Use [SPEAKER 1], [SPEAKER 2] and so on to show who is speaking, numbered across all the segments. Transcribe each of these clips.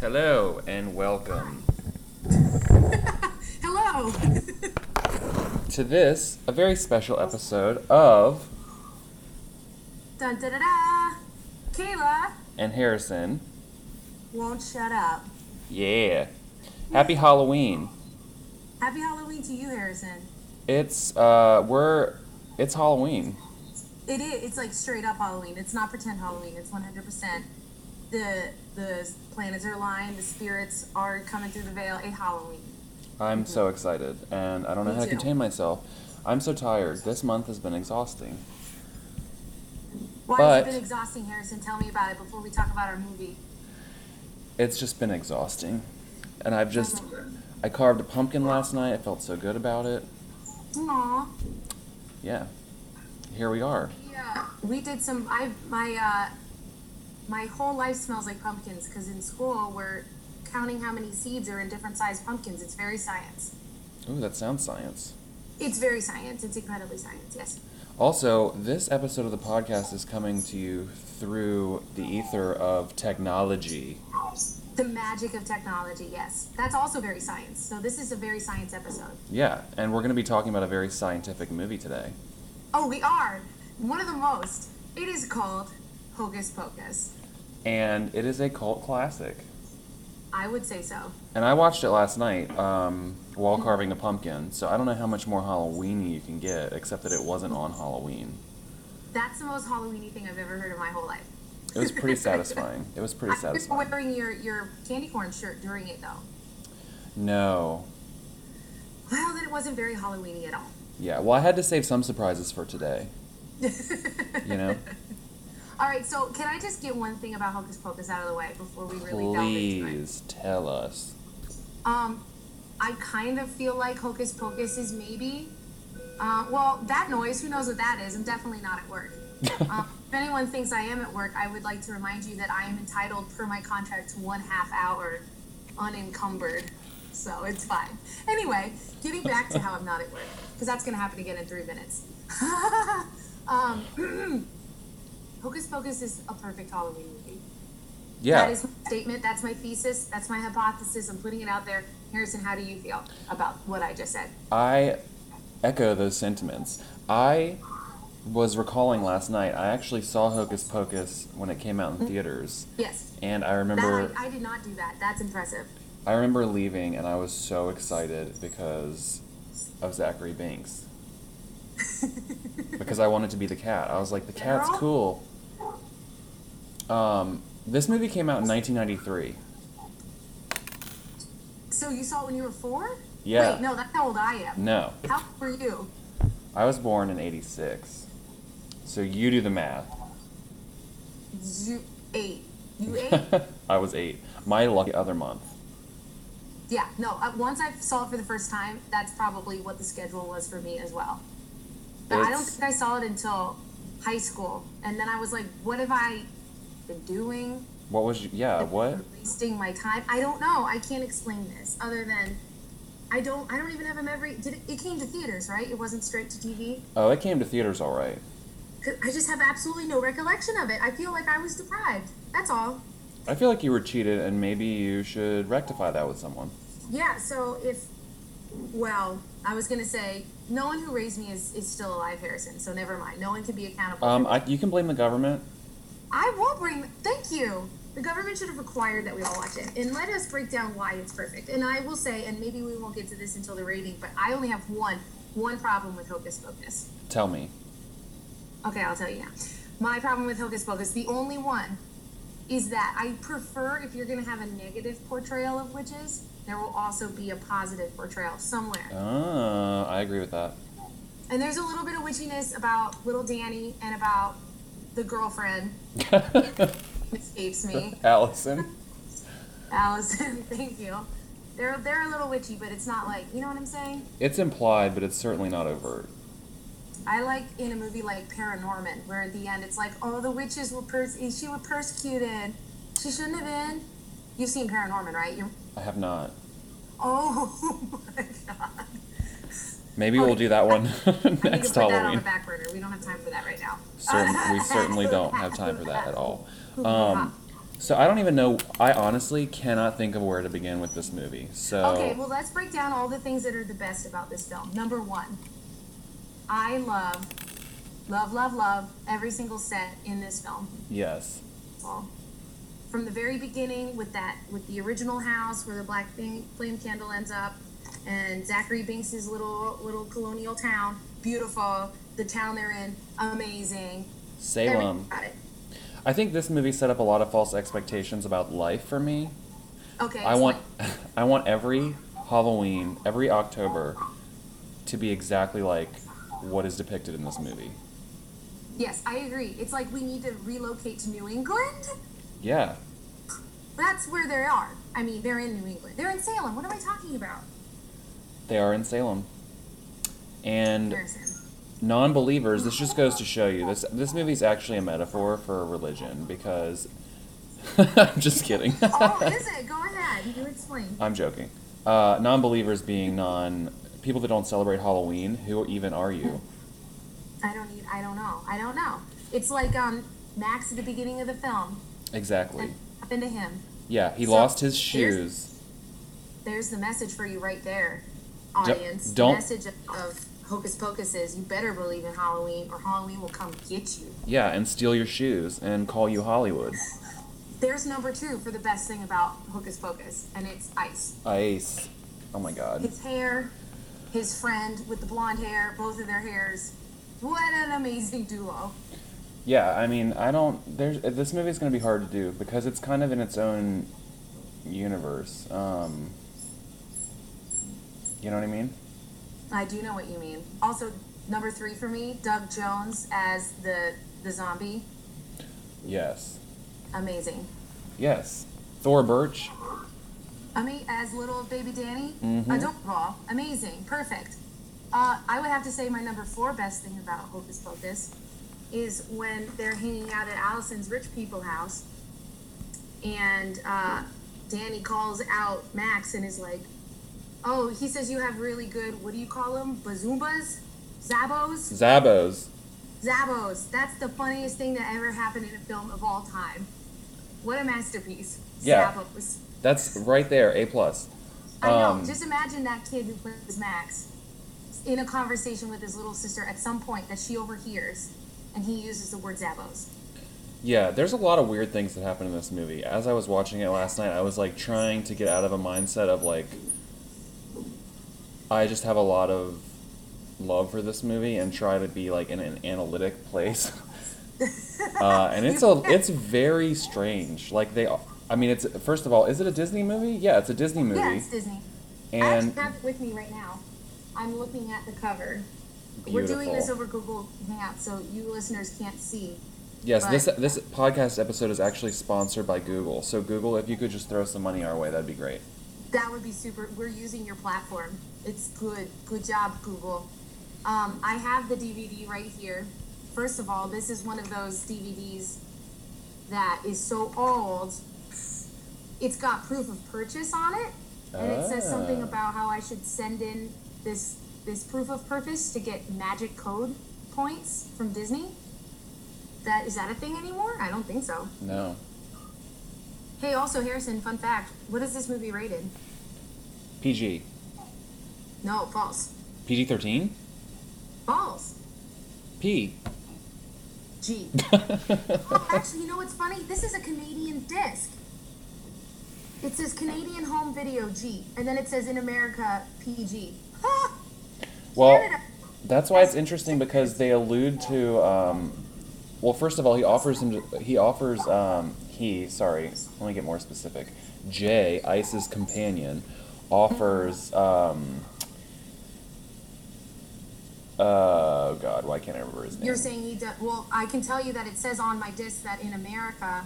[SPEAKER 1] Hello and welcome
[SPEAKER 2] Hello.
[SPEAKER 1] to this, a very special episode of
[SPEAKER 2] Dun da da da. Kayla
[SPEAKER 1] And Harrison.
[SPEAKER 2] won't shut up.
[SPEAKER 1] Yeah. Happy Halloween.
[SPEAKER 2] Happy Halloween to you, Harrison.
[SPEAKER 1] It's uh we're it's Halloween.
[SPEAKER 2] It is. It's like straight up Halloween. It's not pretend Halloween. It's 100%. The the planets are aligned. The spirits are coming through the veil. A Halloween.
[SPEAKER 1] I'm so excited and I don't know
[SPEAKER 2] Me
[SPEAKER 1] how to
[SPEAKER 2] too.
[SPEAKER 1] contain myself. I'm so tired. This month has been exhausting.
[SPEAKER 2] Why
[SPEAKER 1] But-
[SPEAKER 2] has it been exhausting, Harrison? Tell me about it before we talk about our movie.
[SPEAKER 1] It's just been exhausting. And I've just I carved a pumpkin last night. I felt so good about it.
[SPEAKER 2] Aw.
[SPEAKER 1] Yeah. Here we are.
[SPEAKER 2] Yeah. We did some. I my uh, my whole life smells like pumpkins because in school we're counting how many seeds are in different sized pumpkins. It's very science.
[SPEAKER 1] Ooh, that sounds science.
[SPEAKER 2] It's very science. It's incredibly science. Yes.
[SPEAKER 1] Also, this episode of the podcast is coming to you through the ether of technology.
[SPEAKER 2] The magic of technology. Yes. That's also very science. So this is a very science episode.
[SPEAKER 1] Yeah, and we're going to be talking about a very scientific movie today.
[SPEAKER 2] Oh, we are one of the most. It is called Hocus Pocus.
[SPEAKER 1] And it is a cult classic.
[SPEAKER 2] I would say so.
[SPEAKER 1] And I watched it last night um, while
[SPEAKER 2] Mm-hmm.
[SPEAKER 1] carving a pumpkin, so I don't know how much more Halloween you can get, except that it wasn't on Halloween.
[SPEAKER 2] That's the most Halloweeny thing I've ever heard in my whole life.
[SPEAKER 1] It was pretty satisfying. It was pretty
[SPEAKER 2] I was
[SPEAKER 1] satisfying.
[SPEAKER 2] wearing your your candy corn shirt during it though.
[SPEAKER 1] No.
[SPEAKER 2] Well, then it wasn't very Halloweeny at all.
[SPEAKER 1] Yeah, well, I had to save some surprises for today, you know?
[SPEAKER 2] All right, so can I just get one thing about Hocus Pocus out of the way before we really delve into it?
[SPEAKER 1] Please tell us.
[SPEAKER 2] Um, I kind of feel like Hocus Pocus is maybe. Uh, well, that noise, who knows what that is? I'm definitely not at work. um, if anyone thinks I am at work, I would like to remind you that I am entitled, per my contract, to one half hour unencumbered. So it's fine. Anyway, getting back to how I'm not at work, because that's going to happen again in three minutes. um, Hocus Pocus is a perfect Halloween movie.
[SPEAKER 1] Yeah.
[SPEAKER 2] That is my statement. That's my thesis. That's my hypothesis. I'm putting it out there. Harrison, how do you feel about what I just said?
[SPEAKER 1] I echo those sentiments. I was recalling last night, I actually saw Hocus Pocus when it came out in theaters.
[SPEAKER 2] Yes.
[SPEAKER 1] And I
[SPEAKER 2] Mm. That
[SPEAKER 1] remember
[SPEAKER 2] I, I did not do that. That's impressive.
[SPEAKER 1] I remember leaving and I was so excited because of Zachary Banks. because I wanted to be the cat. I was like, the cat's
[SPEAKER 2] Girl.
[SPEAKER 1] cool. Um, this movie came out in 1993.
[SPEAKER 2] So you saw it when you were four?
[SPEAKER 1] Yeah.
[SPEAKER 2] Wait, no, that's how old I am.
[SPEAKER 1] No,
[SPEAKER 2] How old were you?
[SPEAKER 1] I was born in 86. So you do the math.
[SPEAKER 2] You eight. You eight?
[SPEAKER 1] I was eight. My lucky other month.
[SPEAKER 2] yeah. No. Uh, once I saw it for the first time, that's probably what the schedule was for me as well. But I don't
[SPEAKER 1] It's-
[SPEAKER 2] think I saw it until high school, and then I was like, "What have I been doing?"
[SPEAKER 1] What was you? Yeah, what?
[SPEAKER 2] wasting my time. I don't know. I can't explain this other than I don't. I don't even have a memory. Did it, it came to theaters, right? It wasn't straight to TV.
[SPEAKER 1] Oh, it came to theaters all right.
[SPEAKER 2] 'Cause I just have absolutely no recollection of it. I feel like I was deprived. That's all.
[SPEAKER 1] I feel like you were cheated, and maybe you should rectify that with someone.
[SPEAKER 2] Yeah. So if well, I was gonna say no one who raised me is is still alive, Harrison. So never mind. No one can be accountable.
[SPEAKER 1] Um, I, you can blame the government.
[SPEAKER 2] I will bring. Thank you. The government should have required that we all watch it, and let us break down why it's perfect. And I will say, and maybe we won't get to this until the rating, but I only have one one problem with Hocus Pocus.
[SPEAKER 1] Tell me.
[SPEAKER 2] Okay, I'll tell you now. My problem with Hocus Pocus, the only one, is that I prefer if you're going to have a negative portrayal of witches, there will also be a positive portrayal somewhere.
[SPEAKER 1] Ah, I agree with that.
[SPEAKER 2] And there's a little bit of witchiness about little Danny and about the girlfriend. escapes me.
[SPEAKER 1] Allison.
[SPEAKER 2] Allison, thank you. They're they're a little witchy, but it's not like you know what I'm saying.
[SPEAKER 1] It's implied, but it's certainly not overt.
[SPEAKER 2] I like in a movie like Paranorman, where at the end it's like, oh, the witches were pers- she was persecuted, she shouldn't have been. You've seen Paranorman, right? You're
[SPEAKER 1] I have not.
[SPEAKER 2] oh my god.
[SPEAKER 1] Maybe we'll do that one
[SPEAKER 2] I need to
[SPEAKER 1] next
[SPEAKER 2] put that on the
[SPEAKER 1] Halloween.
[SPEAKER 2] back burner. We don't have time for that right now.
[SPEAKER 1] Certain, we certainly don't have time for that at all. Um, So I don't even know. I honestly cannot think of where to begin with this movie. So
[SPEAKER 2] Okay, well, let's break down all the things that are the best about this film. Number one, I love, love, love, love every single set in this film.
[SPEAKER 1] yes,
[SPEAKER 2] Well, From the very beginning, with that, with the original house where the black thing, flame candle ends up, and Zachary Binks's little little colonial town, beautiful. The town they're in, amazing.
[SPEAKER 1] Salem.
[SPEAKER 2] Everything about it.
[SPEAKER 1] I think this movie set up a lot of false expectations about life for me.
[SPEAKER 2] Okay.
[SPEAKER 1] I want,
[SPEAKER 2] explain.
[SPEAKER 1] I want every Halloween, every October, to be exactly like what is depicted in this movie.
[SPEAKER 2] Yes, I agree. It's like we need to relocate to New England.
[SPEAKER 1] Yeah,
[SPEAKER 2] That's where they are. I mean, they're in New England. They're in Salem. What am I talking about?
[SPEAKER 1] they are in Salem. And
[SPEAKER 2] They're in Salem.
[SPEAKER 1] non-believers this just goes to show you this this movie's actually a metaphor for religion because i'm just kidding
[SPEAKER 2] Oh, is it? Go ahead. You explain.
[SPEAKER 1] i'm joking uh, non-believers being non people that don't celebrate halloween who even are you
[SPEAKER 2] I don't need. I don't know. I don't know. It's like um Max at the beginning of the film.
[SPEAKER 1] exactly
[SPEAKER 2] Happened to him.
[SPEAKER 1] yeah he
[SPEAKER 2] So,
[SPEAKER 1] lost his
[SPEAKER 2] here's-
[SPEAKER 1] shoes
[SPEAKER 2] There's the message for you right there, audience. The
[SPEAKER 1] don't-
[SPEAKER 2] message of, of Hocus Pocus is you better believe in Halloween, or Halloween will come get you.
[SPEAKER 1] yeah and steal your shoes and call you hollywood
[SPEAKER 2] There's number two for the best thing about Hocus Pocus, and it's Ice.
[SPEAKER 1] ice oh my god
[SPEAKER 2] His hair, his friend with the blonde hair, both of their hairs. What an amazing duo.
[SPEAKER 1] yeah i mean i don't there's this movie's going to be hard to do because it's kind of in its own universe um, you know what i mean
[SPEAKER 2] I do know what you mean. Also, number three for me, Doug Jones as the the zombie,
[SPEAKER 1] Yes.
[SPEAKER 2] amazing.
[SPEAKER 1] Yes. Thor Birch.
[SPEAKER 2] I mean, as little baby Danny, adorable, amazing, perfect. Uh, I would have to say my number four best thing about Hocus Pocus is when they're hanging out at Allison's rich people house, and uh, Danny calls out Max and is like, "Oh, he says you have really good. What do you call them? Bazoombas, zabos."
[SPEAKER 1] Zabos.
[SPEAKER 2] Zabos. That's the funniest thing that ever happened in a film of all time. What a masterpiece.
[SPEAKER 1] Yeah.
[SPEAKER 2] Zabos.
[SPEAKER 1] That's right there. A plus.
[SPEAKER 2] I
[SPEAKER 1] Um,
[SPEAKER 2] know. Just imagine that kid who plays Max in a conversation with his little sister at some point that she overhears, and he uses the word Zabos.
[SPEAKER 1] Yeah, there's a lot of weird things that happen in this movie. As I was watching it last night, I was like trying to get out of a mindset of like I just have a lot of love for this movie and try to be like in an analytic place. uh, and it's a it's very strange. Like they I mean it's first of all, is it a Disney movie? Yeah, it's a Disney movie.
[SPEAKER 2] Yeah, it's Disney. I
[SPEAKER 1] and
[SPEAKER 2] actually have it with me right now. I'm looking at the cover. We're doing this
[SPEAKER 1] Beautiful.
[SPEAKER 2] over Google Hangout, so you listeners can't see.
[SPEAKER 1] Yes, this
[SPEAKER 2] But-
[SPEAKER 1] this podcast episode is actually sponsored by Google. So Google, if you could just throw some money our way, that'd be great.
[SPEAKER 2] That would be super. We're using your platform. It's good. Good job, Google. Um, I have the DVD right here. First of all, this is one of those DVDs that is so old. It's got proof of purchase on it, and it says something
[SPEAKER 1] Ah.
[SPEAKER 2] about how I should send in this this proof of purpose to get magic code points from Disney. That is that a thing anymore? I don't think so.
[SPEAKER 1] No.
[SPEAKER 2] Hey, also Harrison, fun fact: What is this movie rated?
[SPEAKER 1] PG.
[SPEAKER 2] No, false.
[SPEAKER 1] PG thirteen?
[SPEAKER 2] Balls.
[SPEAKER 1] P.
[SPEAKER 2] G. oh, actually, you know what's funny? This is a Canadian disc. It says Canadian home video G, and then it says in America PG. Ha!
[SPEAKER 1] Well
[SPEAKER 2] Canada.
[SPEAKER 1] that's why it's interesting because they allude to um, well first of all he offers him he offers um, he sorry, let me get more specific. Jay, Ice's companion, offers um, uh god, why can't I remember his name?
[SPEAKER 2] You're saying he does. Well, I can tell you that it says on my disc that in America,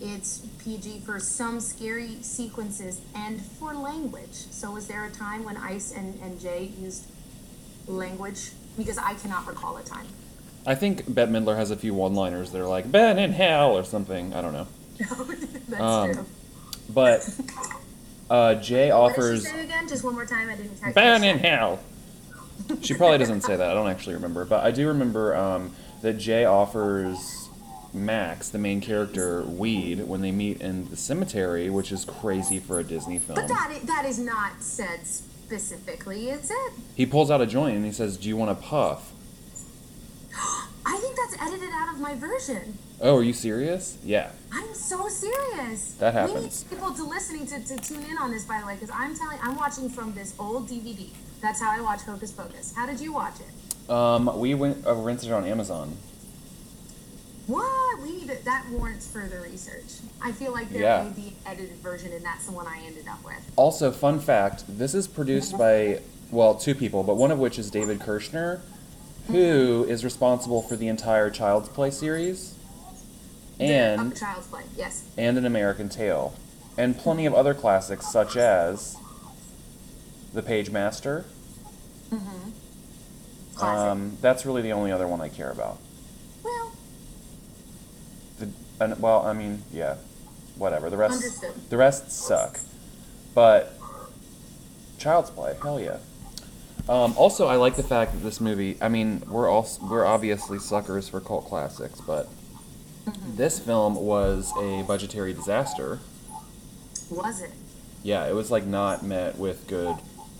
[SPEAKER 2] it's PG for some scary sequences and for language. So, was there a time when Ice and, and Jay used language? Because I cannot recall a time.
[SPEAKER 1] I think Bette Midler has a few one-liners that are like "Ben in hell" or something. I don't know,
[SPEAKER 2] That's
[SPEAKER 1] Um,
[SPEAKER 2] true.
[SPEAKER 1] but uh, Jay
[SPEAKER 2] What did she
[SPEAKER 1] offers
[SPEAKER 2] say again? Just one more time. I didn't catch
[SPEAKER 1] "Ben in hell." She probably doesn't say that. I don't actually remember, but I do remember um, that Jay offers Max, the main character, weed when they meet in the cemetery, which is crazy for a Disney film.
[SPEAKER 2] But that i- that is not said specifically, is it?
[SPEAKER 1] He pulls out a joint and he says, "Do you want a puff?"
[SPEAKER 2] I think that's edited out of my version.
[SPEAKER 1] Oh, are you serious? Yeah.
[SPEAKER 2] I'm so serious.
[SPEAKER 1] That
[SPEAKER 2] We need
[SPEAKER 1] happens.
[SPEAKER 2] people to listening to, to tune in on this, by the way, because I'm telling, I'm watching from this old DVD. That's how I watch Hocus Pocus. How did you watch it?
[SPEAKER 1] Um, we went uh, rented it on Amazon.
[SPEAKER 2] What? We need to, that warrants further research. I feel like there
[SPEAKER 1] Yeah.
[SPEAKER 2] may be an edited version, and that's the one I ended up with.
[SPEAKER 1] Also, fun fact: this is produced by well, two people, but one of which is David Kirshner, who
[SPEAKER 2] Mm-hmm.
[SPEAKER 1] is responsible for the entire Child's Play series,
[SPEAKER 2] Um,
[SPEAKER 1] and
[SPEAKER 2] Child's Play. Yes.
[SPEAKER 1] and An American Tale, and plenty of other classics such as The Page Master.
[SPEAKER 2] Classic.
[SPEAKER 1] Um, that's really the only other one I care about.
[SPEAKER 2] well,
[SPEAKER 1] The, and, well, I mean, yeah, whatever. The rest,
[SPEAKER 2] Understood.
[SPEAKER 1] the rest suck, but Child's Play, hell yeah. Um, also, I like the fact that this movie. I mean, we're all we're obviously suckers for cult classics, but
[SPEAKER 2] Mm-hmm.
[SPEAKER 1] this film was a budgetary disaster.
[SPEAKER 2] was it?
[SPEAKER 1] Yeah, it was like not met with good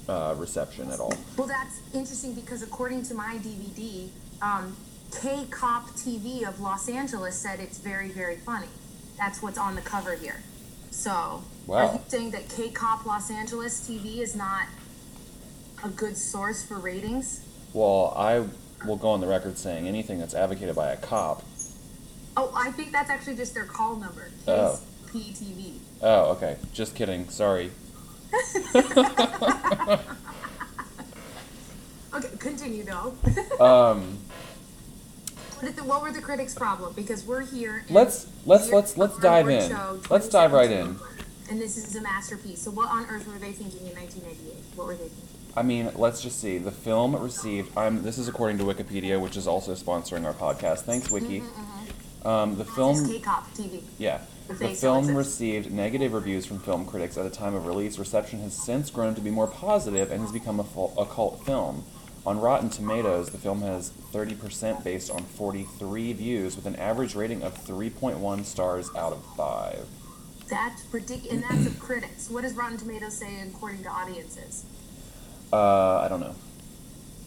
[SPEAKER 1] uh, reception at all.
[SPEAKER 2] Well, that's interesting because according to my DVD, um, K Cop TV of Los Angeles said it's very, very funny. That's what's on the cover here. So,
[SPEAKER 1] Wow.
[SPEAKER 2] are you saying that K Cop Los Angeles TV is not a good source for ratings?
[SPEAKER 1] Well, I will go on the record saying anything that's advocated by a cop.
[SPEAKER 2] Oh, I think that's actually just their call number.
[SPEAKER 1] Oh.
[SPEAKER 2] KPTV.
[SPEAKER 1] Oh, okay. Just kidding. Sorry.
[SPEAKER 2] Okay, continue though.
[SPEAKER 1] Um.
[SPEAKER 2] what, did the, what were the critics' problem? Because we're here. and
[SPEAKER 1] Let's- let's-
[SPEAKER 2] we're
[SPEAKER 1] let's- let's
[SPEAKER 2] on
[SPEAKER 1] dive
[SPEAKER 2] Award
[SPEAKER 1] in.
[SPEAKER 2] show
[SPEAKER 1] Let's dive right in.
[SPEAKER 2] 2017, And this is a masterpiece. So, what on earth were they thinking in 1998? What were they thinking?
[SPEAKER 1] I mean, let's just see. The film received. Um, this is according to Wikipedia, which is also sponsoring our podcast. Thanks, Wiki. Um, the
[SPEAKER 2] It's
[SPEAKER 1] film,
[SPEAKER 2] K-pop TV.
[SPEAKER 1] yeah, the
[SPEAKER 2] They still
[SPEAKER 1] film
[SPEAKER 2] exist.
[SPEAKER 1] received negative reviews from film critics at the time of release. Reception has since grown to be more positive and has become a, full, a cult film. On Rotten Tomatoes, the film has 30% based on 43 views, with an average rating of 3.1 stars out of five.
[SPEAKER 2] That's ridiculous. And that's of critics. What does Rotten Tomatoes say according to audiences?
[SPEAKER 1] Uh, I don't know.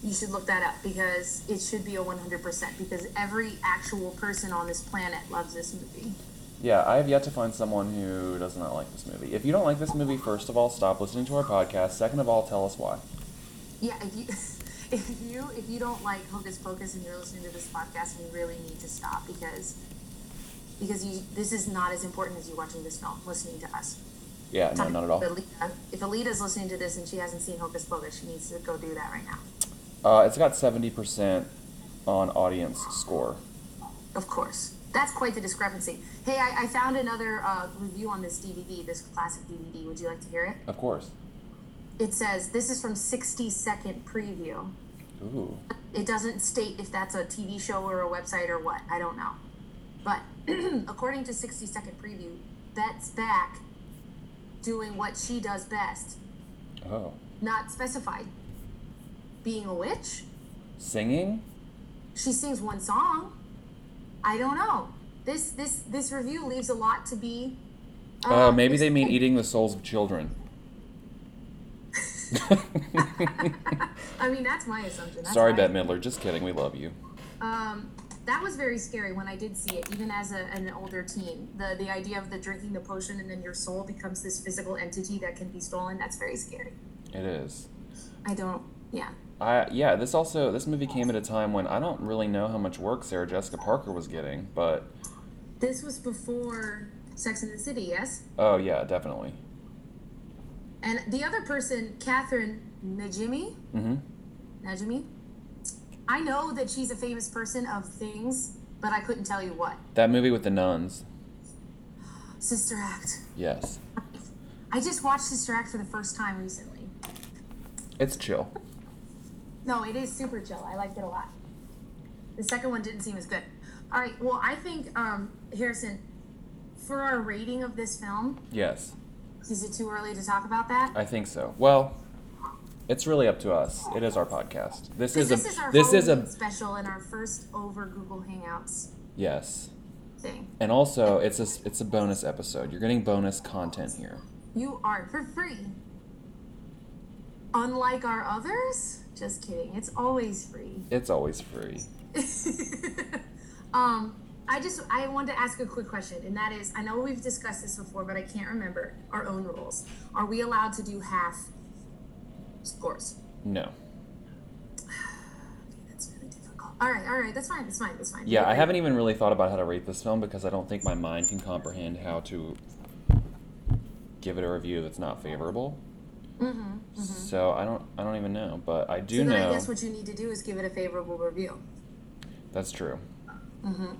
[SPEAKER 2] You should look that up because it should be a 100% because every actual person on this planet loves this movie.
[SPEAKER 1] Yeah, I have yet to find someone who does not like this movie. If you don't like this movie, first of all, stop listening to our podcast. Second of all, tell us why.
[SPEAKER 2] Yeah, if you if you if you don't like Hocus Pocus and you're listening to this podcast, you really need to stop because because you this is not as important as you watching this film, listening to us.
[SPEAKER 1] Yeah, Uh, no, not at all.
[SPEAKER 2] If Alita, if Alita's listening to this and she hasn't seen Hocus Pocus, she needs to go do that right now.
[SPEAKER 1] Uh, it's got 70% on audience score.
[SPEAKER 2] Of course. That's quite the discrepancy. Hey, I, I found another uh, review on this DVD, this classic DVD. Would you like to hear it?
[SPEAKER 1] Of course.
[SPEAKER 2] It says, This is from 60 Second Preview.
[SPEAKER 1] Ooh.
[SPEAKER 2] It doesn't state if that's a TV show or a website or what. I don't know. But according to 60 Second Preview, Bet's back doing what she does best.
[SPEAKER 1] Oh.
[SPEAKER 2] Not specified. Being a witch?
[SPEAKER 1] Singing?
[SPEAKER 2] She sings one song. I don't know. This this this review leaves a lot to be.
[SPEAKER 1] Uh, maybe they mean eating the souls of children.
[SPEAKER 2] I mean, that's my assumption. That's
[SPEAKER 1] Sorry,
[SPEAKER 2] what I-
[SPEAKER 1] Bette Midler. Just kidding. We love you.
[SPEAKER 2] Um, that was very scary when I did see it, even as a, an older teen. The the idea of the drinking the potion and then your soul becomes this physical entity that can be stolen. That's very scary.
[SPEAKER 1] It is.
[SPEAKER 2] I don't. Yeah.
[SPEAKER 1] I, yeah, this also this movie came at a time when I don't really know how much work Sarah Jessica Parker was getting, but
[SPEAKER 2] This was before Sex and the City, yes.
[SPEAKER 1] oh yeah, definitely.
[SPEAKER 2] And the other person, Catherine Najimy.
[SPEAKER 1] Mhm.
[SPEAKER 2] Najimy. I know that she's a famous person of things, but I couldn't tell you what.
[SPEAKER 1] That movie with the nuns.
[SPEAKER 2] Sister Act.
[SPEAKER 1] Yes.
[SPEAKER 2] I just watched Sister Act for the first time recently.
[SPEAKER 1] It's chill.
[SPEAKER 2] No, it is super chill. I liked it a lot. The second one didn't seem as good. All right. Well, I think um, Harrison, for our rating of this film,
[SPEAKER 1] Yes,
[SPEAKER 2] is it too early to talk about that?
[SPEAKER 1] I think so. Well, it's really up to us. It is our podcast. This is a
[SPEAKER 2] this is our
[SPEAKER 1] this is
[SPEAKER 2] Halloween
[SPEAKER 1] a
[SPEAKER 2] special and our first over Google Hangouts.
[SPEAKER 1] yes.
[SPEAKER 2] thing.
[SPEAKER 1] And also, it's a s- it's a bonus episode. You're getting bonus content here.
[SPEAKER 2] You are for free. Unlike our others? Just kidding. It's always free.
[SPEAKER 1] It's always free.
[SPEAKER 2] um, I just I wanted to ask a quick question, and that is, I know we've discussed this before, but I can't remember our own rules. Are we allowed to do half scores?
[SPEAKER 1] No.
[SPEAKER 2] That's really difficult. All right, all right, that's fine, that's fine, that's fine.
[SPEAKER 1] Yeah, I haven't even really thought about how to rate this film because I don't think my mind can comprehend how to give it a review that's not favorable. Mm-hmm, So I don't I don't even know, but I do
[SPEAKER 2] So then
[SPEAKER 1] know
[SPEAKER 2] I guess what you need to do is give it a favorable review.
[SPEAKER 1] that's true.
[SPEAKER 2] Mm-hmm,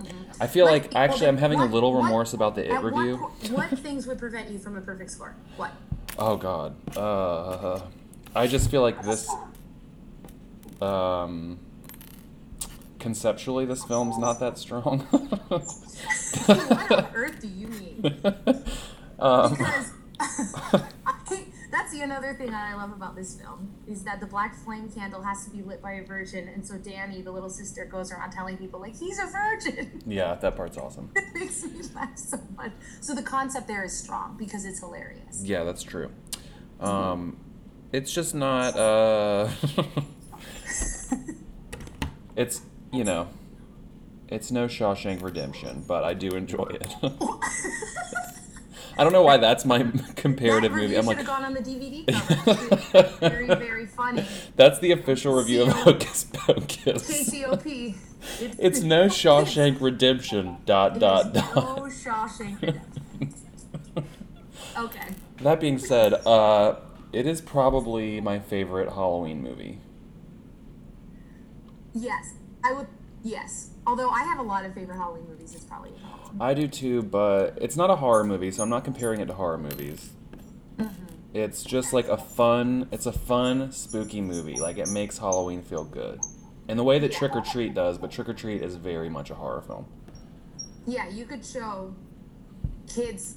[SPEAKER 1] I feel
[SPEAKER 2] Like,
[SPEAKER 1] like
[SPEAKER 2] well,
[SPEAKER 1] actually
[SPEAKER 2] then
[SPEAKER 1] I'm having
[SPEAKER 2] what-
[SPEAKER 1] a little
[SPEAKER 2] what-
[SPEAKER 1] remorse about the it
[SPEAKER 2] At
[SPEAKER 1] review.
[SPEAKER 2] What, po- what things would prevent you from a perfect score? What?
[SPEAKER 1] Oh God. Uh, I just feel like this. Um, conceptually, this film's not that strong.
[SPEAKER 2] what on earth do you mean?
[SPEAKER 1] um,
[SPEAKER 2] Because I, that's the another thing that I love about this film is that the black flame candle has to be lit by a virgin, and so Danny, the little sister, goes around telling people like he's a virgin.
[SPEAKER 1] yeah, that part's awesome.
[SPEAKER 2] it makes me laugh so much. So the concept there is strong because it's hilarious.
[SPEAKER 1] Yeah, that's true. Um, it's just not. Uh, it's you know, it's no Shawshank Redemption, but I do enjoy it. I don't know why that's my comparative
[SPEAKER 2] that
[SPEAKER 1] movie.
[SPEAKER 2] review
[SPEAKER 1] I'm
[SPEAKER 2] should
[SPEAKER 1] like,
[SPEAKER 2] have gone on the DVD cover. very, very funny.
[SPEAKER 1] That's the official review of
[SPEAKER 2] CO.
[SPEAKER 1] Hocus Pocus.
[SPEAKER 2] KCOP. It's,
[SPEAKER 1] It's no Shawshank Redemption. Dot dot
[SPEAKER 2] There's
[SPEAKER 1] dot.
[SPEAKER 2] no Shawshank Redemption. Okay.
[SPEAKER 1] That being said, uh, it is probably my favorite Halloween movie.
[SPEAKER 2] Yes, I would. Yes, although I have a lot of favorite Halloween movies, it's probably a problem.
[SPEAKER 1] I do too, but it's not a horror movie, so I'm not comparing it to horror movies.
[SPEAKER 2] Mm-hmm.
[SPEAKER 1] It's just like a fun. It's a fun, spooky movie. Like it makes Halloween feel good, and the way that Trick or Treat does. But Trick or Treat is very much a horror film.
[SPEAKER 2] Yeah, you could show kids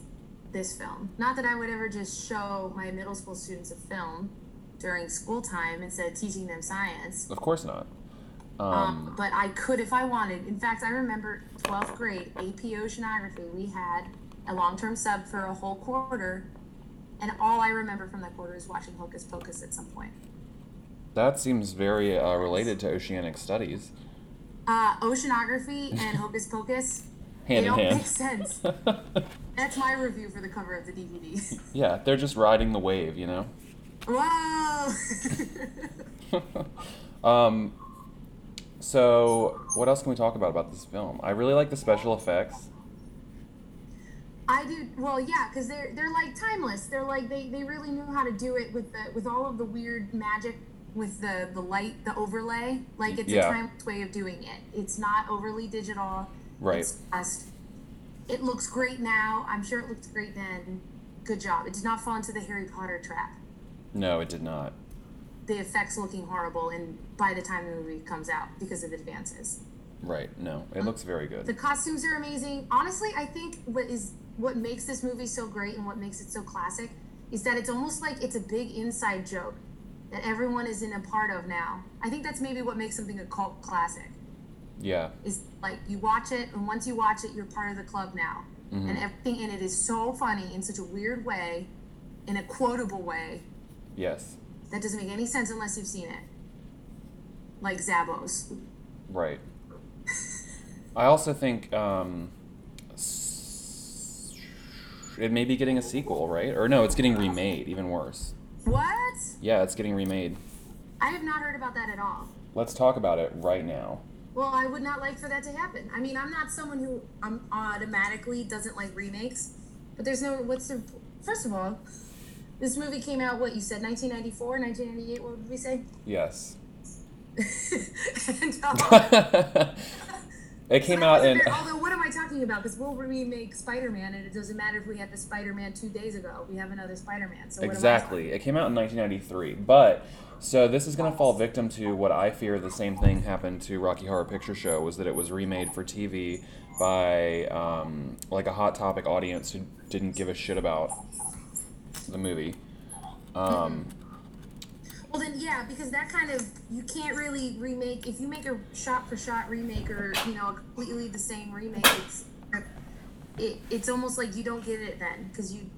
[SPEAKER 2] this film. Not that I would ever just show my middle school students a film during school time instead of teaching them science.
[SPEAKER 1] Of course not.
[SPEAKER 2] Um, but I could if I wanted. In fact, I remember 12th grade AP Oceanography, we had a long term sub for a whole quarter, and all I remember from that quarter is watching Hocus Pocus at some point.
[SPEAKER 1] That seems very uh, related to oceanic studies.
[SPEAKER 2] Uh, oceanography and Hocus Pocus,
[SPEAKER 1] Hand
[SPEAKER 2] they
[SPEAKER 1] in
[SPEAKER 2] don't
[SPEAKER 1] hand.
[SPEAKER 2] make sense. That's my review for the cover of the DVD.
[SPEAKER 1] Yeah, they're just riding the wave, you know?
[SPEAKER 2] Whoa!
[SPEAKER 1] Um, so, what else can we talk about about this film? I really like the special effects.
[SPEAKER 2] I do well, yeah, because they're they're like timeless. They're like they, they really knew how to do it with the with all of the weird magic with the the light, the overlay. Like it's
[SPEAKER 1] Yeah.
[SPEAKER 2] a timeless way of doing it. It's not overly digital.
[SPEAKER 1] Right.
[SPEAKER 2] It's just it looks great now. I'm sure it looked great then. Good job. It did not fall into the Harry Potter trap.
[SPEAKER 1] No, it did not.
[SPEAKER 2] The effects looking horrible, and by the time the movie comes out, because of advances.
[SPEAKER 1] Right, no. It looks very good.
[SPEAKER 2] The costumes are amazing. Honestly, I think what is what makes this movie so great and what makes it so classic is that it's almost like it's a big inside joke that everyone is in a part of now. I think that's maybe what makes something a cult classic.
[SPEAKER 1] Yeah.
[SPEAKER 2] Is like you watch it and once you watch it, you're part of the club now. And everything in it is so funny in such a weird way, in a quotable way
[SPEAKER 1] Yes.
[SPEAKER 2] that doesn't make any sense unless you've seen it. Like Zabos.
[SPEAKER 1] Right. I also think um, s- it may be getting a sequel, right? Or no, it's getting remade, even worse.
[SPEAKER 2] What?
[SPEAKER 1] Yeah, it's getting remade.
[SPEAKER 2] I have not heard about that at all.
[SPEAKER 1] Let's talk about it right now.
[SPEAKER 2] Well, I would not like for that to happen. I mean, I'm not someone who um, automatically doesn't like remakes, but there's no. What's the. First of all, this movie came out, what you said, 1994, 1998, what would we say?
[SPEAKER 1] Yes.
[SPEAKER 2] and, uh,
[SPEAKER 1] it came out in.
[SPEAKER 2] Although, what am I talking about? Because we'll remake Spider Man, and it doesn't matter if we had the Spider Man two days ago. We have another Spider Man. So what
[SPEAKER 1] Exactly. It came out in 1993. But so this is going to fall victim to what I fear the same thing happened to Rocky Horror Picture Show was that it was remade for TV by um, like a hot topic audience who didn't give a shit about the movie. Um,
[SPEAKER 2] Am I, well, then, yeah, because that kind of. You can't really remake. If you make a shot for shot remake or, you know, a completely the same remake, it's. it, it's almost like you don't get it then because you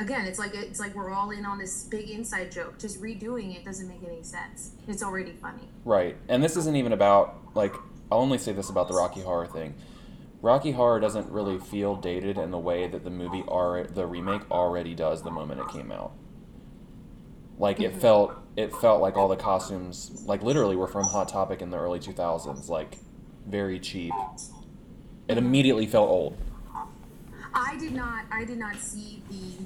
[SPEAKER 2] again it's like it's like we're all in on this big inside joke just redoing it doesn't make any sense it's already funny
[SPEAKER 1] Right. And this isn't even about like I'll only say this about the Rocky Horror thing. Rocky Horror doesn't really feel dated in the way that the movie alre the remake already does the moment it came out. Like
[SPEAKER 2] Mm-hmm.
[SPEAKER 1] it felt it felt like all the costumes like literally were from Hot Topic in the early 2000s, like very cheap. It immediately felt old.
[SPEAKER 2] i did not i did not see the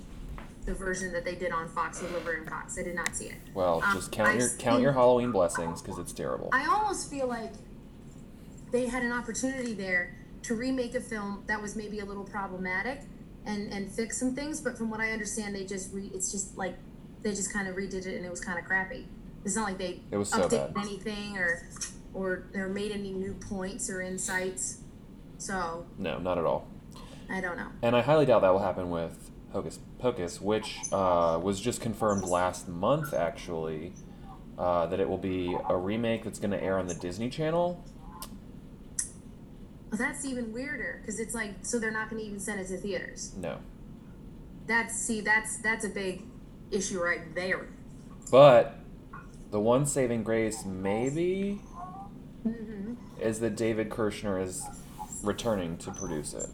[SPEAKER 2] the version that they did on fox with liver and cox i did not see it
[SPEAKER 1] Well,
[SPEAKER 2] Um,
[SPEAKER 1] just count
[SPEAKER 2] I
[SPEAKER 1] your count
[SPEAKER 2] see-
[SPEAKER 1] your Halloween blessings cuz it's terrible.
[SPEAKER 2] I almost feel like they had an opportunity there to remake a film that was maybe a little problematic and and fix some things, but from what I understand, they just re, it's just like they just kind of redid it and it was kind of crappy. It's not like they
[SPEAKER 1] It was so
[SPEAKER 2] updated
[SPEAKER 1] bad.
[SPEAKER 2] anything or or or made any new points or insights. So
[SPEAKER 1] No, not at all.
[SPEAKER 2] I don't know.
[SPEAKER 1] And I highly doubt that will happen with Hocus Pocus, which uh, was just confirmed last month, actually, uh, that it will be a remake that's going to air on the Disney Channel.
[SPEAKER 2] Well, that's even weirder because it's like so they're not going to even send it to theaters.
[SPEAKER 1] No.
[SPEAKER 2] That's see that's that's a big issue right there.
[SPEAKER 1] But the one saving grace, maybe, is that David Kirshner is returning to produce it.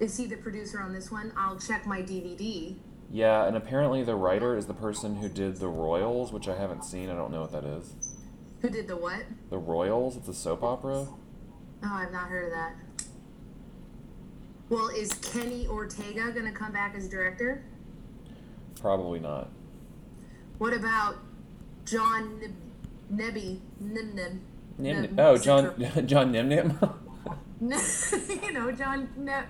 [SPEAKER 2] Is he the producer on this one? I'll check my DVD.
[SPEAKER 1] Yeah, and apparently the writer is the person who did The Royals, which I haven't seen. I don't know what that is.
[SPEAKER 2] Who did the what?
[SPEAKER 1] The Royals? It's a soap opera?
[SPEAKER 2] Oh, I've not heard of that. Well, is Kenny Ortega going to come back as director?
[SPEAKER 1] Probably not.
[SPEAKER 2] What about John Nib- Nebby? Nim Nim.
[SPEAKER 1] Nim-
[SPEAKER 2] Nim-
[SPEAKER 1] oh, John John Nim Nim.
[SPEAKER 2] you know, John Neb.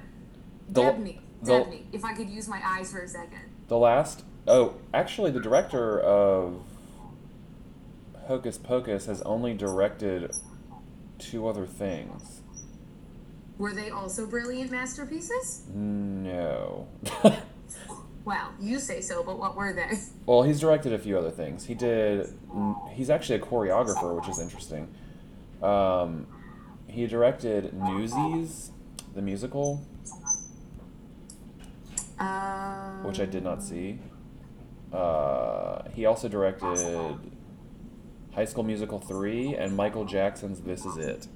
[SPEAKER 1] The-
[SPEAKER 2] Debney.
[SPEAKER 1] the-
[SPEAKER 2] Debney. If I could use my eyes for a second.
[SPEAKER 1] The last. Oh, actually, the director of Hocus Pocus has only directed two other things.
[SPEAKER 2] Were they also brilliant masterpieces?
[SPEAKER 1] No.
[SPEAKER 2] Well, you say so, but what were they?
[SPEAKER 1] well, he's directed a few other things. He did. He's actually a choreographer, which is interesting. Um, he directed Newsies, the musical,
[SPEAKER 2] Um,
[SPEAKER 1] which I did not see. Uh, he also directed High School Musical 3 and Michael Jackson's This Is It.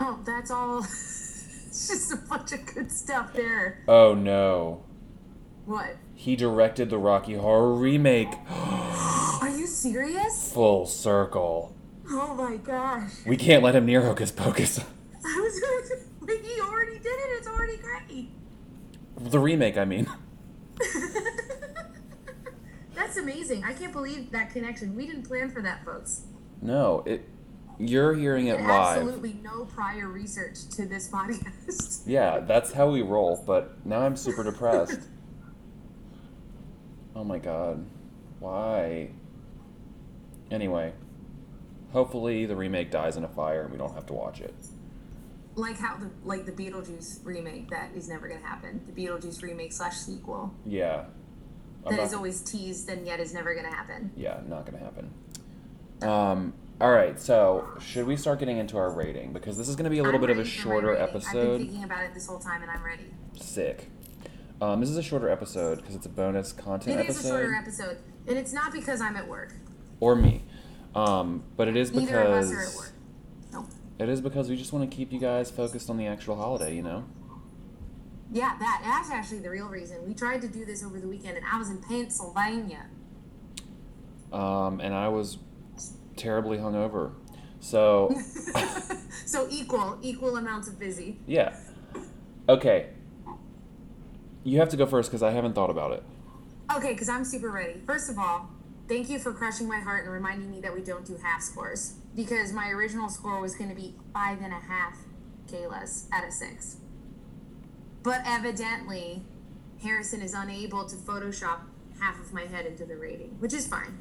[SPEAKER 2] Oh, that's all. it's just a bunch of good stuff there.
[SPEAKER 1] Oh no.
[SPEAKER 2] What?
[SPEAKER 1] He directed the Rocky Horror remake.
[SPEAKER 2] Are you serious?
[SPEAKER 1] Full circle.
[SPEAKER 2] Oh my gosh.
[SPEAKER 1] We can't let him near Hocus Pocus.
[SPEAKER 2] I was gonna like he already did it, it's already great.
[SPEAKER 1] the remake, I mean.
[SPEAKER 2] That's amazing. I can't believe that connection. We didn't plan for that, folks.
[SPEAKER 1] No, it. You're hearing it
[SPEAKER 2] And
[SPEAKER 1] live.
[SPEAKER 2] absolutely no prior research to this podcast.
[SPEAKER 1] Yeah, that's how we roll. But now I'm super depressed. oh my god, why? Anyway, hopefully the remake dies in a fire and we don't have to watch it.
[SPEAKER 2] like how the like the Beetlejuice remake that is never gonna happen. The Beetlejuice remake slash sequel
[SPEAKER 1] Yeah.
[SPEAKER 2] that
[SPEAKER 1] I'm
[SPEAKER 2] is
[SPEAKER 1] not-
[SPEAKER 2] always teased and yet is never gonna happen.
[SPEAKER 1] Yeah, not gonna happen. Um, all right, so should we start getting into our rating? Because this is gonna be a little
[SPEAKER 2] I'm
[SPEAKER 1] bit of a
[SPEAKER 2] ready for my
[SPEAKER 1] shorter
[SPEAKER 2] rating. I've been
[SPEAKER 1] episode.
[SPEAKER 2] thinking about it this whole time and I'm ready.
[SPEAKER 1] Sick. Um, this is a shorter episode because it's a bonus content
[SPEAKER 2] It is
[SPEAKER 1] episode.
[SPEAKER 2] a shorter episode, and it's not because I'm at work.
[SPEAKER 1] Or me. Um, but it is
[SPEAKER 2] Neither
[SPEAKER 1] because
[SPEAKER 2] of us are at work. No.
[SPEAKER 1] it is because we just want to keep you guys focused on the actual holiday, you know?
[SPEAKER 2] Yeah, that that's actually the real reason. We tried to do this over the weekend, and I was in Pennsylvania.
[SPEAKER 1] Um, and I was terribly hungover. So
[SPEAKER 2] so equal, equal amounts of busy.
[SPEAKER 1] yeah. Okay. You have to go first because I haven't thought about it.
[SPEAKER 2] Okay, because I'm super ready. First of all, thank you for crushing my heart and reminding me that we don't do half scores because my original score was going to be five and a half Kayla's out of six. But evidently, Harrison is unable to Photoshop half of my head into the rating, which is fine.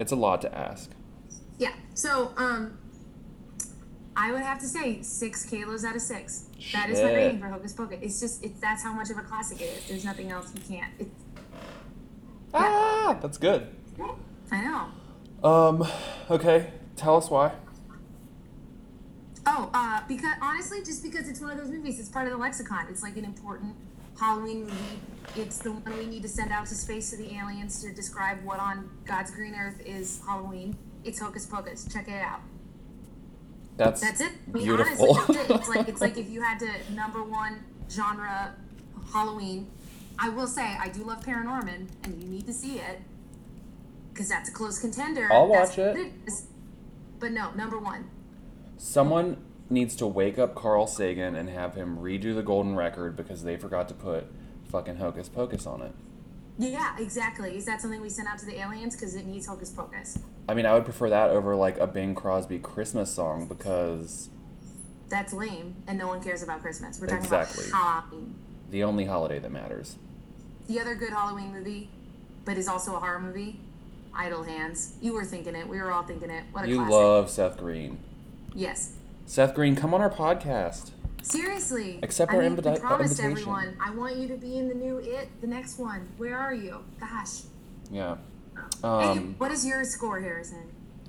[SPEAKER 1] It's a lot to ask.
[SPEAKER 2] Yeah. So, um, I would have to say six kilos out of six. That is my
[SPEAKER 1] Shit.
[SPEAKER 2] rating for Hocus Pocus. It's just it's that's how much of a classic it is. There's nothing else you can't. It,
[SPEAKER 1] Ah, that's good.
[SPEAKER 2] I know.
[SPEAKER 1] Um, okay. Tell us why.
[SPEAKER 2] Oh, uh, because honestly, just because it's one of those movies, it's part of the lexicon. It's like an important Halloween movie. It's the one we need to send out to space to the aliens to describe what on God's green earth is Halloween. It's Hocus Pocus. Check it out.
[SPEAKER 1] That's,
[SPEAKER 2] That's it. I mean,
[SPEAKER 1] beautiful.
[SPEAKER 2] honestly, that's it. It's like it's like if you had to number one genre Halloween. I will say I do love Paranorman, and you need to see it because that's a close contender.
[SPEAKER 1] I'll
[SPEAKER 2] That's
[SPEAKER 1] watch it.
[SPEAKER 2] what is. But no, number one.
[SPEAKER 1] Someone needs to wake up Carl Sagan and have him redo the golden record because they forgot to put fucking Hocus Pocus on it.
[SPEAKER 2] Yeah, exactly. Is that something we sent out to the aliens because it needs Hocus Pocus?
[SPEAKER 1] I mean, I would prefer that over like a Bing Crosby Christmas song because
[SPEAKER 2] That's lame, and no one cares about Christmas. We're talking
[SPEAKER 1] Exactly.
[SPEAKER 2] about Halloween.
[SPEAKER 1] the only holiday that matters.
[SPEAKER 2] The other good Halloween movie, but is also a horror movie. Idle Hands. You were thinking it. We were all thinking it. What a
[SPEAKER 1] You
[SPEAKER 2] classic.
[SPEAKER 1] love Seth Green.
[SPEAKER 2] yes.
[SPEAKER 1] Seth Green, come on our podcast.
[SPEAKER 2] Seriously.
[SPEAKER 1] Accept
[SPEAKER 2] I
[SPEAKER 1] our
[SPEAKER 2] mean,
[SPEAKER 1] invita-
[SPEAKER 2] I promised
[SPEAKER 1] invitation.
[SPEAKER 2] everyone. I want you to be in the new It, the next one. Where are you? Gosh.
[SPEAKER 1] Yeah.
[SPEAKER 2] hey,
[SPEAKER 1] Um,
[SPEAKER 2] what is your score, Harrison?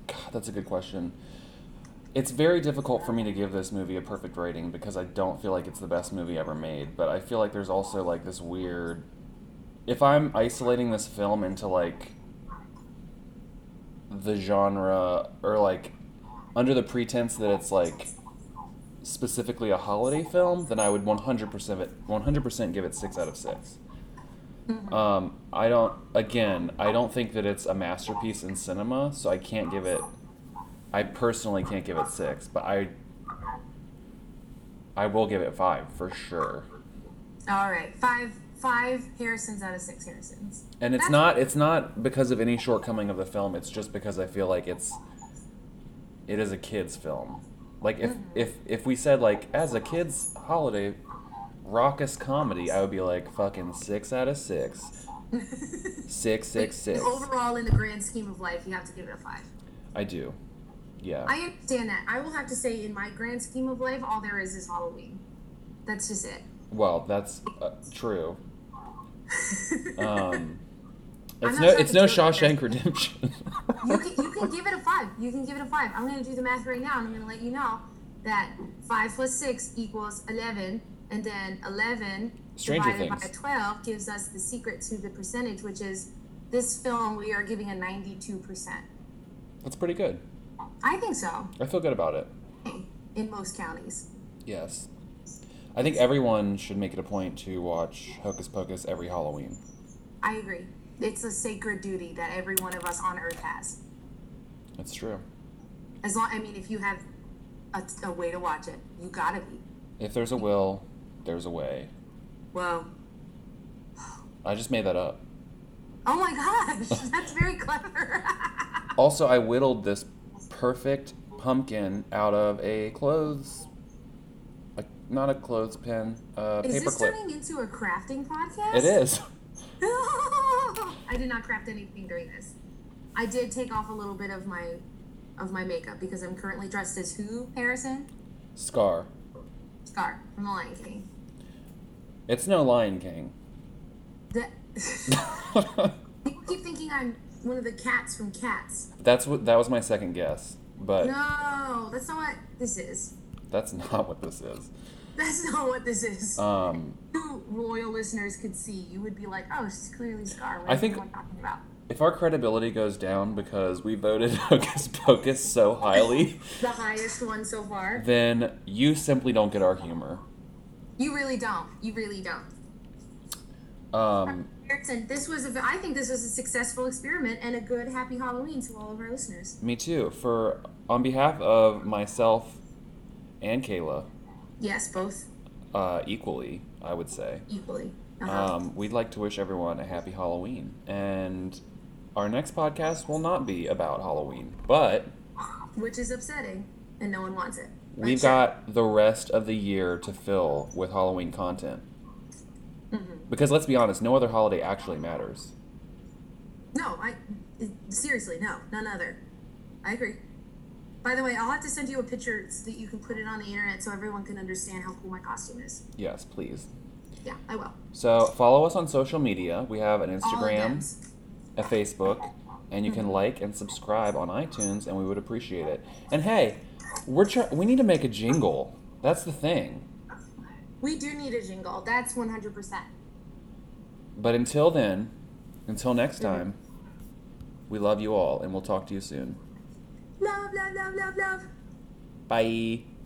[SPEAKER 1] God, that's a good question. It's very difficult for me to give this movie a perfect rating because I don't feel like it's the best movie ever made, but I feel like there's also like this weird if I'm isolating this film into like the genre or like under the pretense that it's like specifically a holiday film, then I would 100% it- 100% give it 6 out of 6. Um, I don't again, I don't think that it's a masterpiece in cinema, so I can't give it I personally can't give it 6, but I I will give it 5 for sure.
[SPEAKER 2] All right. Five. Five Harrisons out of six Harrisons.
[SPEAKER 1] And it's
[SPEAKER 2] That's-
[SPEAKER 1] not it's not because of any shortcoming of the film. It's just because I feel like it's it is a kids film. Like if if if we said like as a kids holiday raucous comedy, I would be like fucking 6 out of 6. 666.
[SPEAKER 2] Overall, in the grand scheme of life, you have to give it a five.
[SPEAKER 1] I do. Yeah.
[SPEAKER 2] I understand that. I will have to say, in my grand scheme of life, all there is is Halloween. That's just it.
[SPEAKER 1] well, that's uh, true. Um
[SPEAKER 2] I'm
[SPEAKER 1] It's
[SPEAKER 2] not
[SPEAKER 1] no
[SPEAKER 2] sure
[SPEAKER 1] it's no
[SPEAKER 2] if it's really fair.
[SPEAKER 1] Shawshank Redemption.
[SPEAKER 2] You can, you can give it a five. You can give it a five. I'm going to do the math right now, and I'm going to let you know that five plus six equals eleven, and then eleven
[SPEAKER 1] Stranger
[SPEAKER 2] divided by
[SPEAKER 1] Things.
[SPEAKER 2] twelve gives us the secret to the percentage, which is this film we are giving a ninety-two percent.
[SPEAKER 1] That's pretty good.
[SPEAKER 2] I think so.
[SPEAKER 1] I feel good about it.
[SPEAKER 2] In most counties.
[SPEAKER 1] Yes. I think everyone should make it a point to watch Hocus Pocus every Halloween.
[SPEAKER 2] I agree. It's a sacred duty that every one of us on earth has.
[SPEAKER 1] That's true.
[SPEAKER 2] As long, I mean, if you have a, a way to watch it, you gotta be.
[SPEAKER 1] If there's a will, there's a way.
[SPEAKER 2] Whoa.
[SPEAKER 1] I just made that up.
[SPEAKER 2] Oh my gosh, that's very clever.
[SPEAKER 1] Also, I whittled this perfect pumpkin out of a clothes. A, not a clothespin, a
[SPEAKER 2] Is this
[SPEAKER 1] paperclip.
[SPEAKER 2] turning into a crafting podcast?
[SPEAKER 1] It is.
[SPEAKER 2] I did not craft anything during this. I did take off a little bit of my of my makeup because I'm currently dressed as who, Harrison?
[SPEAKER 1] Scar.
[SPEAKER 2] Scar from The Lion King.
[SPEAKER 1] It's no Lion King.
[SPEAKER 2] The, people keep thinking I'm one of the cats from Cats.
[SPEAKER 1] That's what that was my second guess, but
[SPEAKER 2] No, that's not what this is.
[SPEAKER 1] that's not what this is.
[SPEAKER 2] That's not what this is.
[SPEAKER 1] Um,
[SPEAKER 2] you royal listeners could see, you would be like, "Oh, she's clearly Scar." What
[SPEAKER 1] I
[SPEAKER 2] is
[SPEAKER 1] think-
[SPEAKER 2] everyone talking about
[SPEAKER 1] If our credibility goes down because we voted Hocus Pocus so highly,
[SPEAKER 2] the highest one so far.
[SPEAKER 1] then you simply don't get our humor.
[SPEAKER 2] You really don't. You really don't.
[SPEAKER 1] Um,
[SPEAKER 2] Harrison, this was a, I think this was a successful experiment and a good happy Halloween to all of our listeners.
[SPEAKER 1] me too. For on behalf of myself and Kayla,
[SPEAKER 2] Yes, both
[SPEAKER 1] uh, equally, I would say,
[SPEAKER 2] equally. Uh-huh.
[SPEAKER 1] um, we'd like to wish everyone a happy Halloween. And our next podcast will not be about Halloween, but
[SPEAKER 2] Which is upsetting, and no one wants it. Right,
[SPEAKER 1] we've
[SPEAKER 2] Sharon?
[SPEAKER 1] got the rest of the year to fill with Halloween content.
[SPEAKER 2] Mm-hmm.
[SPEAKER 1] Because let's be honest, no other holiday actually matters.
[SPEAKER 2] No, I seriously no, none other. I agree. By the way, I'll have to send you a picture so that you can put it on the internet so everyone can understand how cool my costume is.
[SPEAKER 1] Yes, please.
[SPEAKER 2] Yeah, I will.
[SPEAKER 1] So follow us on social media. We have an
[SPEAKER 2] All of Mm-hmm. them.
[SPEAKER 1] Instagram, a Facebook, and you can like and subscribe on iTunes, and we would appreciate it. And hey, We're try- we need to make a jingle. That's the thing.
[SPEAKER 2] We do need a jingle. That's 100%.
[SPEAKER 1] But until then, until next
[SPEAKER 2] Mm-hmm.
[SPEAKER 1] time, we love you all and we'll talk to you soon.
[SPEAKER 2] Love, love, love, love, love.
[SPEAKER 1] Bye.